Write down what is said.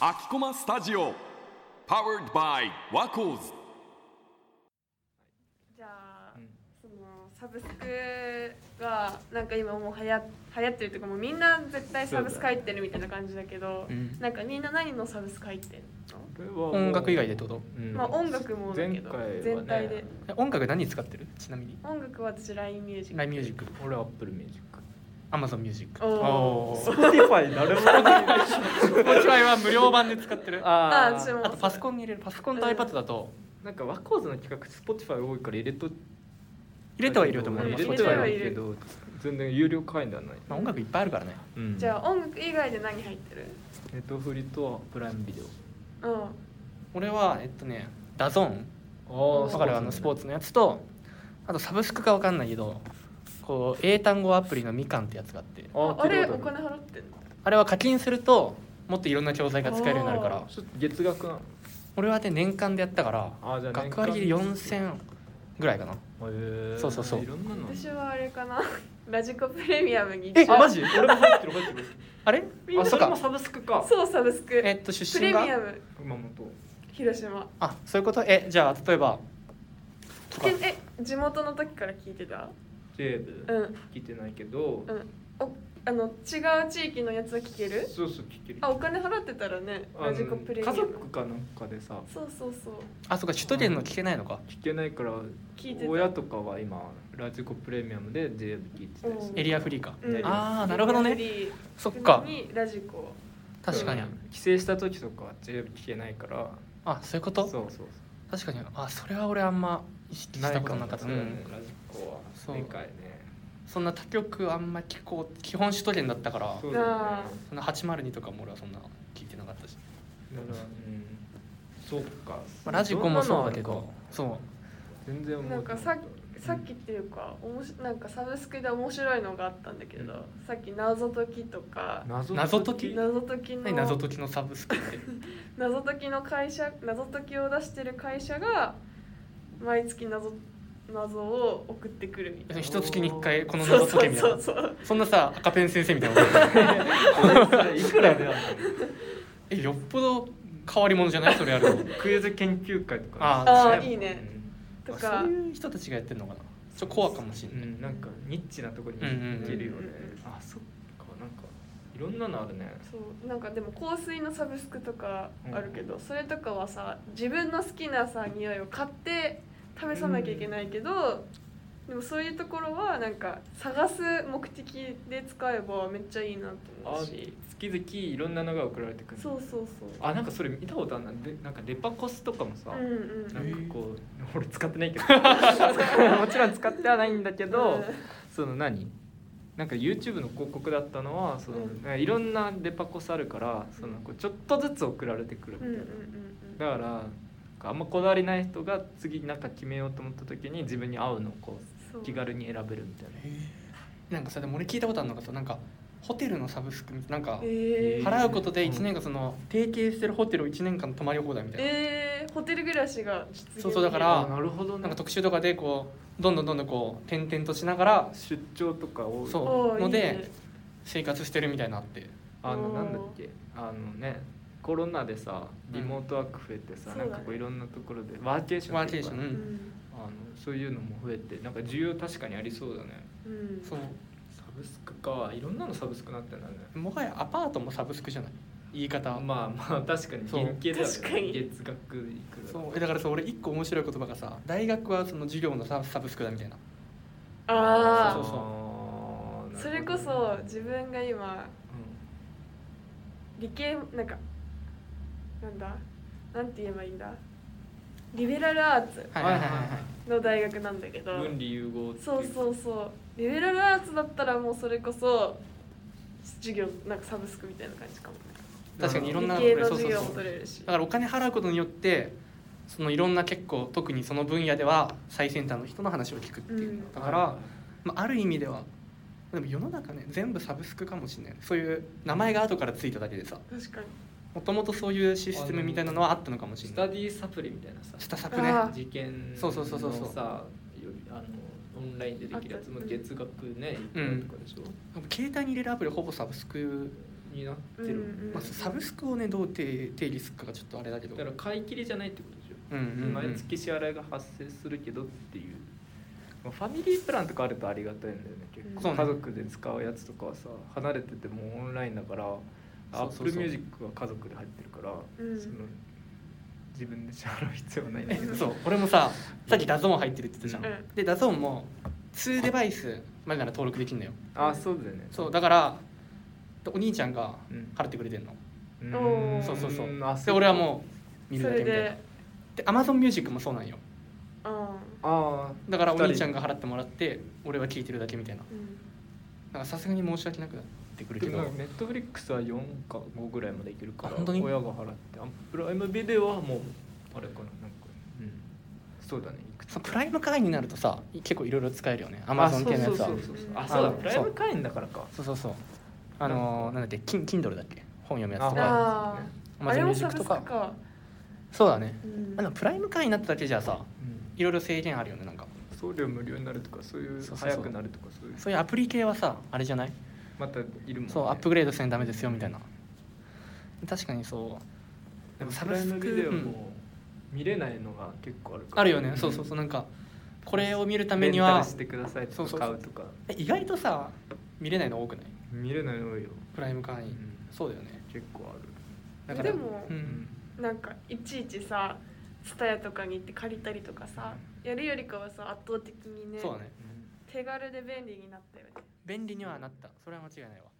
秋駒スタジオ Powered by ワコーズじゃあ、そのサブスクがなんか今もう流行流行ってるというかもうみんな絶対サブスク入ってるみたいな感じだけど、うんなんかみんな何のサブスク入ってんの、音楽以外でってと、こと、うんまあ音楽もだけど、前回はね全体で音楽何使ってるちなみに音楽は私 LINE ミュージック LINE ミュージック俺は Apple Music Amazon ミュージックおおおー Spotify 誰 もない Spotify は無料版で使ってるあああ私もーとパソコンに入れるパソコンと iPad だとなんかワコーズの企画 Spotify 多いから入れと入れてはいると思ううん入れ入てれてははいいるるけど全然有料会員ではない、まあ、音楽いっぱいあるからねうんじゃあ音楽以外で何入ってるネットフリとプライムビデうん俺はえっとねダゾーンオーわかるあのスポーツのやつとあとサブスクかわかんないけどこう英単語アプリのみかんってやつがあってあああれお聞いたことあ金払ってんのあれは課金するともっといろんな教材が使えるようになるからるちょっと月額な俺はね年間でやったからあじゃあ年間学割で4000ぐらいかなのそうそうそういろんなの私はあれかな ラジコプレミアムにえあマジ俺も入ってる入ってるあれみんなああそそうれもかサブスクかそうサブスクえっと出プレ身ミがアム熊本広島あそういうことえじゃあ例えばとかけえ地元の時から聞いてたジェーブうん聞いてないけど、うんおあの違う地域のやつは聞けるそうそう聞けるあお金払ってたらねあのラジコプレミア家ム族かなんかでさそうそうそうあそうか首都圏の聞けないのか聞けないから聞いてた親とかは今ラジコプレミアムで JF 聞いてたりすうんるエリアフリーかうんあーなるほどねフリーそっかにラジコ確かにうん帰省した時とかは JF 聞けないからあそういうこそうとそうそう確かにあそれは俺あんま意識したことなかったなういんもねラジコはそうでかいねそんな他局あんま聞こう基本首都圏だったからそうだよねあそんな802とかも俺はそんな聞いてなかったし、だからうんそうかまあ、ラジコもそうだけどそう全然思うなんかささっきっていうかおもしなんかサブスクで面白いのがあったんだけど、うんさっき謎解きとか謎謎解き謎解きの何謎解きのサブスクって謎解きの会社謎解きを出してる会社が毎月謎謎を送ってくるみたいな一月に一回この謎解けみたいそうなそうそうそんなさ赤ペン先生みたいないくらであんのえよっぽど変わり者じゃないそれやるのクイズ研究会とかあ ああそういいねとかそういう人たちがやってるのかなちょっとコアかもしうれんなうい、んなんかニッチなとこにうんうん行けるよねうんあそっかなんかいろんなのあるねそうなんかでも香水のサブスクとかあるけど、うんそれとかはさ自分の好きなさ匂いを買って試さなきゃいけないけど、でもそういうところはなんか探す目的で使えばめっちゃいいなと思あうし月々いろんなのが送られてくるそうそうそうあなんかそれ見たことあるなでなんかデパコスとかもさ、うんうんなへんーかこう俺使ってな いけど もちろん使ってはないんだけど、その何なんか YouTube の広告だったのはその、うんなんかいろんなデパコスあるからそのこうちょっとずつ送られてくるみうんたうんいうな、んうんだからなんかあんまこだわりない人が次なんか決めようと思った時に自分に合うのをこそうう気軽に選べるみたいななんかさでも俺聞いたことあるのがさなんかホテルのサブスクみたいななんかえー、払うことでうん1年間その提携してるホテルを1年間泊まり放題みたいな、えー、ホテル暮らしが実現できるそうそうだからあなるほどねなんか特集とかでこうどんどんどんどんこう転々としながら出張とかをそうおーのでいいね生活してるみたいなのあってあのおーなんだっけあのねコロナでさリモートワーク増えてさ、そうだなんねかこういろんなところでワーケーションワーケーション、う、うんんあのそういうのも増えてなんか需要確かにありそうだねうんそうサブスクかいろんなのサブスクなってんだねもはやアパートもサブスクじゃない言い方、まあまあ確かにそう現金だよ確かにね月額いくらそうえだからさ俺一個面白い言葉がさ大学はその授業のササブスクだみたいなああそうそうあーそなれるこほどねそ自分が今う理系なんかなんだなんて言えばいいんだリベラルアーツはいはいはいはいはいの大学なんだけどん分離融合っていそうそうそうリベラルアーツだったらもうそれこそ授業なんかサブスクみたいな感じかもね確かにいろんな理系のそうそ授う業そもう取れるしだからお金払うことによってそのいろんな結構特にその分野では最先端の人の話を聞くっていう、うんだから、まあ、ある意味ではでも世の中ね全部サブスクかもしれないそういう名前が後からついただけでさ確かにもともとそういうシステムみたいなのはあったのかもしスれなタいディサプリみたいなさ下作ねあー事件のさそうそうそうそうそうよりあのオンラインでできるやつもあった月額ねいくらとかでしょ、携帯に入れるアプリほぼサブスクになってる、うんまあ、サブスクをねどう定定義するかがちょっとあれだけどだから買い切りじゃないってことでしょうんうんうん毎月支払いが発生するけどっていう、まあファミリープランとかあるとありがたいんだよね結そう構家ね族で使うやつとかはさ離れててもオンラインだからアそッうプそうルそうミュージックは家族で入ってるから、うんその自分で支払う必要はないんだえけどそう俺もささっきダゾーン入ってるって言ったじゃん、うんでダゾーンも2デバイスまでなら登録できるんだよあそうだよねそうだからお兄ちゃんがうん払ってくれてんの、うんおーそうそうそうあで俺はもう見るそだれけみたいなでで AmazonMusic もそうなんよああだからお二人兄ちゃんが払ってもらって俺は聞いてるだけみたいなーうんなんかさすがに申し訳なくなってくあるけでどもネットフリックスは4か5ぐらいまでいけるからあ本当に親が払ってあプライムビデオはもうあれかななんか、うん、そうだねいくつそうプライム会員になるとさ結構いろいろ使えるよねア Amazon 系のやつはそうそうそうそううんあそうだあプライム会員だからかそうそうそうあのーなんだっけ Kin- Kindle だっけ本読むやつとあかああれ Amazon もサ Music ブとスクかかそうだねうんあのプライム会員になっただけじゃさうんいろいろ制限あるよねなんか送料無料になるとかそういうそうそうそう早くなるとかそういうそういうアプリ系はさあれじゃないまたいるもん、ね、そうアップグレードせんダメですよみたいな確かにそうでもササブブススククビデオうんも見れないのが結構あるからあるよねそうそうそうなんかこれを見るためレにンはタルしてくださいとそうそかうそ買ううとかえ意外とさ見れないの多くない見れないの多いよプライム会員、うんそうだよね結構あるだからでもうん、なんかいちいちさツタヤとかに行って借りたりとかさやるよりかはさ圧倒的にねそうだね手軽で便利になったよね便利にはなったそれは間違いないわ